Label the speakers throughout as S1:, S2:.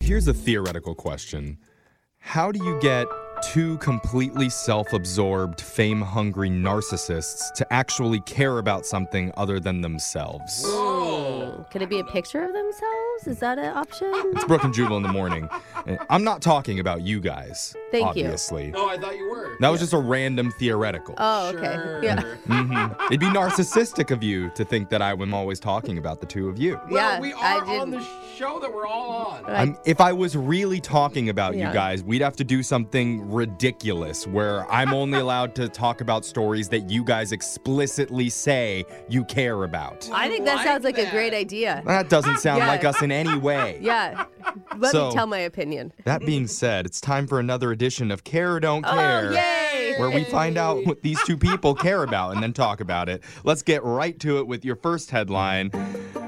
S1: here's a theoretical question How do you get two completely self absorbed, fame hungry narcissists to actually care about something other than themselves? Oh.
S2: Could it be a picture of themselves? Is that an option?
S1: It's Brooke and Jubal in the morning. And I'm not talking about you guys,
S2: Thank you.
S1: obviously.
S3: Oh, I thought you were.
S1: That was just a random theoretical.
S2: Oh, okay.
S3: Sure.
S2: Yeah.
S1: Mhm. It'd be narcissistic of you to think that I am always talking about the two of you.
S3: Well,
S2: yeah,
S3: we
S2: I
S3: are on
S2: didn't- Uh,
S3: the show that we're all on.
S2: Right.
S1: I'm, if I was really talking about
S2: Yeah.
S1: you guys, we'd have to do something ridiculous where I'm only allowed to talk about stories that you guys explicitly say you care about.
S2: I think that
S3: like
S2: sounds like a great
S3: that.
S2: idea.
S1: That doesn't sound
S2: Yeah.
S1: like us in any way.
S2: Yeah. Let
S1: So-
S2: me tell my opinion.
S1: That being said, it's time for another edition of Care or Don't Care.
S2: Oh, yay!
S1: Where we find out what these two people care about and then talk about it. Let's get right to it with your first headline.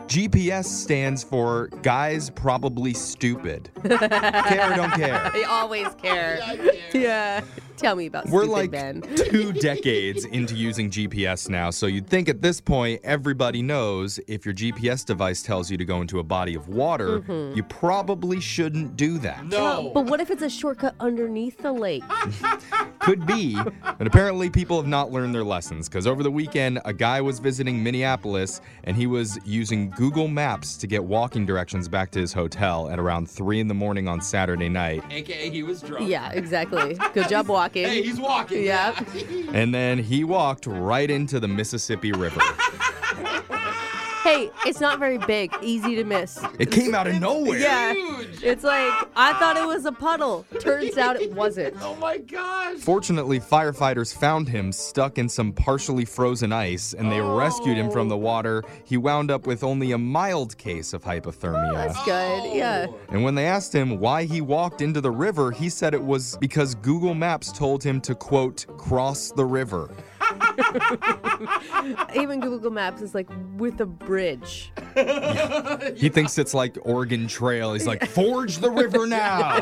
S1: GPS stands for Guys Probably Stupid. care or don't care.
S2: They always care.
S3: Yeah.
S2: Yeah. Tell me about
S1: We're
S2: stupid
S1: like
S2: Ben.
S1: two decades into using GPS now, so you'd think at this point everybody knows if your GPS device tells you to go into a body of water,
S2: Mm-hmm.
S1: you probably shouldn't do that.
S3: No.
S2: But what if it's a shortcut underneath the lake?
S1: could be. And apparently, people have not learned their lessons because over the weekend, a guy was visiting Minneapolis and he was using Google Maps to get walking directions back to his hotel at around 3 in the morning on Saturday night.
S3: AKA he was drunk.
S2: Yeah, exactly. Good job walking.
S3: Hey, he's walking.
S2: Yeah.
S1: And then he walked right into the Mississippi River.
S2: Hey, it's not very big. Easy to miss.
S1: It came out of nowhere.
S2: Yeah.
S3: Huge.
S2: It's like, I thought it was a puddle. Turns out it wasn't.
S3: Oh my gosh.
S1: Fortunately, firefighters found him stuck in some partially frozen ice and they rescued him from the
S2: Oh.
S1: water. He wound up with only a mild case of hypothermia.
S2: Oh, That's good. Yeah.
S1: And when they asked him why he walked into the river, he said it was because Google Maps told him to, quote, cross the river.
S2: Even Google Maps is like with a bridge.
S1: He thinks it's like Oregon Trail. He's like, forge the river now.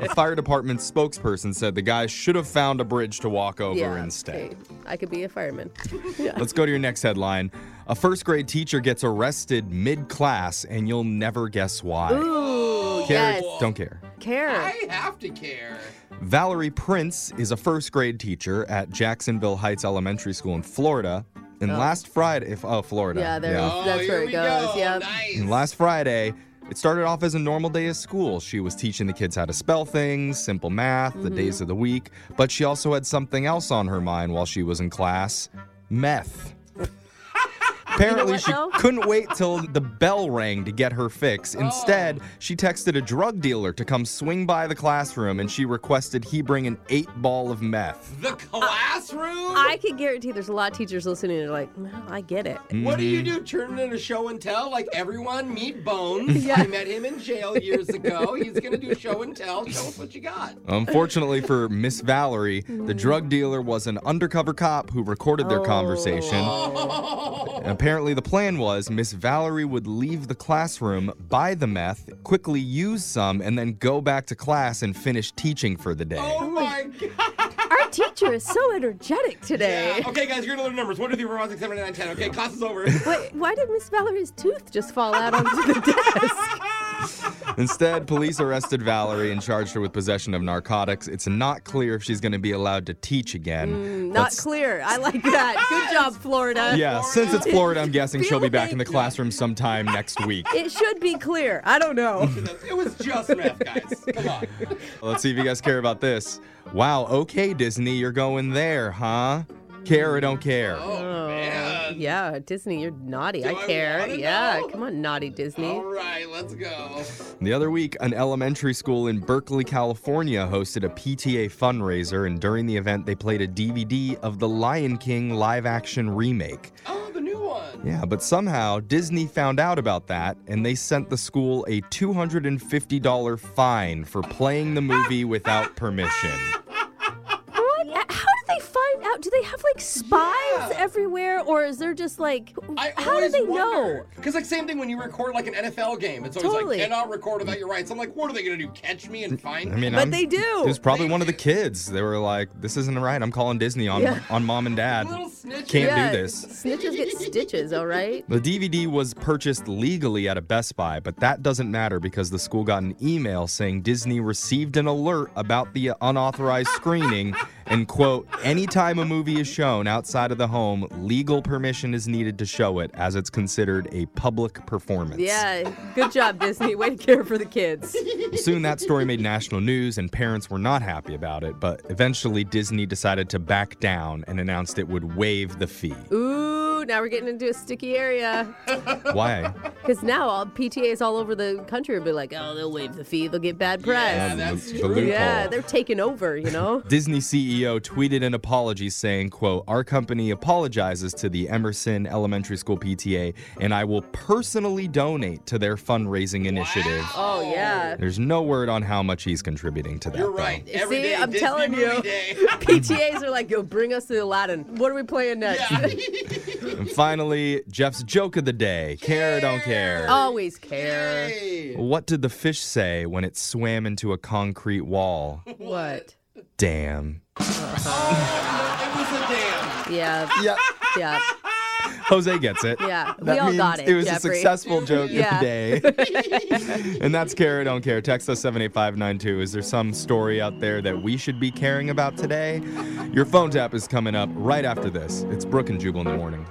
S1: a fire department spokesperson said the guy should have found a bridge to walk over
S2: yeah.
S1: instead.
S2: okay. I could be a fireman.
S1: Let's go to your next headline. A first grade teacher gets arrested mid class, and you'll never guess why.
S2: Ooh,
S1: care,
S2: yes.
S1: don't care.
S2: Care.
S3: I have to care.
S1: Valerie Prince is a first grade teacher at Jacksonville Heights Elementary School in Florida. And last Friday, if oh Florida,
S2: Yeah, there
S3: Oh,
S2: That's
S3: here
S2: where it
S3: we
S2: goes,
S3: Go.
S2: yeah.
S3: Nice.
S1: And last Friday, it started off as a normal day of school. She was teaching the kids how to spell things, simple math, the days of the week. But she also had something else on her mind while she was in class: meth. Apparently,
S2: what,
S1: she
S2: though? Oh.
S1: couldn't wait till the bell rang to get her fix. Instead, she texted a drug dealer to come swing by the classroom, and she requested he bring an eight ball of meth.
S3: The classroom?
S2: I can guarantee there's a lot of teachers listening. They're like, no, I get it.
S3: What do you do? Turn in a show and tell? Like everyone, meet Bones.
S2: Yeah.
S3: I met him in jail years ago. He's gonna do show and tell. Show us what you got.
S1: Unfortunately for Miss Valerie, the drug dealer was an undercover cop who recorded
S2: Oh.
S1: their conversation.
S3: Oh
S1: And apparently, the plan was Miss Valerie would leave the classroom, buy the meth, quickly use some, and then go back to class and finish teaching for the day.
S3: Oh my god.
S2: Our teacher is so energetic today.
S3: Okay, guys, you're gonna learn numbers. One, two, three, four, five, six, seven, eight, nine, ten. Okay, class is over.
S2: Wait, why did Miss Valerie's tooth just fall out onto the desk?
S1: Instead, police arrested Valerie and charged her with possession of narcotics. It's not clear if she's going to be allowed to teach again.
S2: Hmm, Not
S1: Let's-
S2: clear. I like that. Good job, Florida.
S1: Yeah, since it's Florida, I'm guessing she'll be back in the
S2: Feeling-
S1: classroom sometime next week.
S2: It should be clear. I don't know.
S3: it was just math, guys. Come on.
S1: Let's see if you guys care about this. Wow, okay, Disney, you're going there, huh? Care or don't care?
S3: Oh man.
S2: yeah, Disney, you're naughty.
S3: Do
S2: I
S3: I
S2: care.
S3: wanna
S2: yeah,
S3: know?
S2: come on, naughty Disney.
S3: All right, let's go.
S1: The other week, an elementary school in Berkeley, California hosted a PTA fundraiser, and during the event, they played a DVD of the Lion King live action remake.
S3: Oh, the new one.
S1: Yeah, but somehow Disney found out about that, and they sent the school a $250 fine for playing the movie without permission.
S2: What? How did they find out? out? Do they have like spies
S3: Yeah.
S2: everywhere, or is there just like
S3: I
S2: how do they know?
S3: Because like same thing when you record like an NFL game, it's always
S2: Totally.
S3: like cannot record without your rights. I'm like, what are they gonna do? Catch me and find?
S1: I mean,
S2: But
S1: I'm-
S2: they do.
S1: It was probably
S3: They
S1: one of the
S3: do.
S1: kids. They were like, "This isn't right. I'm calling Disney on
S2: Yeah.
S1: on mom and dad.
S3: Little snitches.
S1: Can't
S2: yeah,
S1: do this."
S2: Snitches get stitches. All right.
S1: The DVD was purchased legally at a Best Buy, but that doesn't matter because the school got an email saying Disney received an alert about the unauthorized screening and quote, anytime a movie is shown outside of the home, legal permission is needed to show it as it's considered a public performance.
S2: Yeah. Good job, Disney. Way to care for the kids.
S1: Soon that story made national news and parents were not happy about it, but eventually Disney decided to back down and announced it would waive the fee.
S2: Ooh, now we're getting into a sticky area.
S1: Why?
S2: Because now all PTAs all over the country will be like, oh, they'll waive the fee, they'll get bad
S3: Yeah,
S2: press.
S3: that's
S1: the
S3: true.
S1: loophole.
S2: yeah, they're taking over, you know?
S1: Disney CEO tweeted an apology saying, quote, our company apologizes to the Emerson Elementary School PTA and I will personally donate to their fundraising initiative.
S2: Oh, yeah.
S1: There's no word on how much he's contributing to that.
S3: You're
S1: though.
S3: right. Every
S2: See,
S3: day,
S2: I'm
S3: Disney
S2: telling
S3: movie
S2: you.
S3: Day.
S1: Oh.
S2: PTAs are like, yo, bring us the Aladdin. What are we playing next?
S3: Yeah.
S1: And finally, Jeff's joke of the day. Care or don't care.
S2: Always care.
S3: Hey.
S1: What did the fish say when it swam into a concrete wall?
S2: What?
S1: Damn.
S3: Oh,
S2: Yeah,
S1: Yep.
S2: yeah,
S1: Jose gets it.
S2: yeah. we
S1: That
S2: all
S1: means
S2: got it.
S1: It was
S2: Jeffrey.
S1: a successful joke
S2: Yeah.
S1: of the day. and that's care or don't care. Text us 78592. Is there some story out there that we should be caring about today? Your phone tap is coming up right after this. It's Brooke and Jubal in the morning.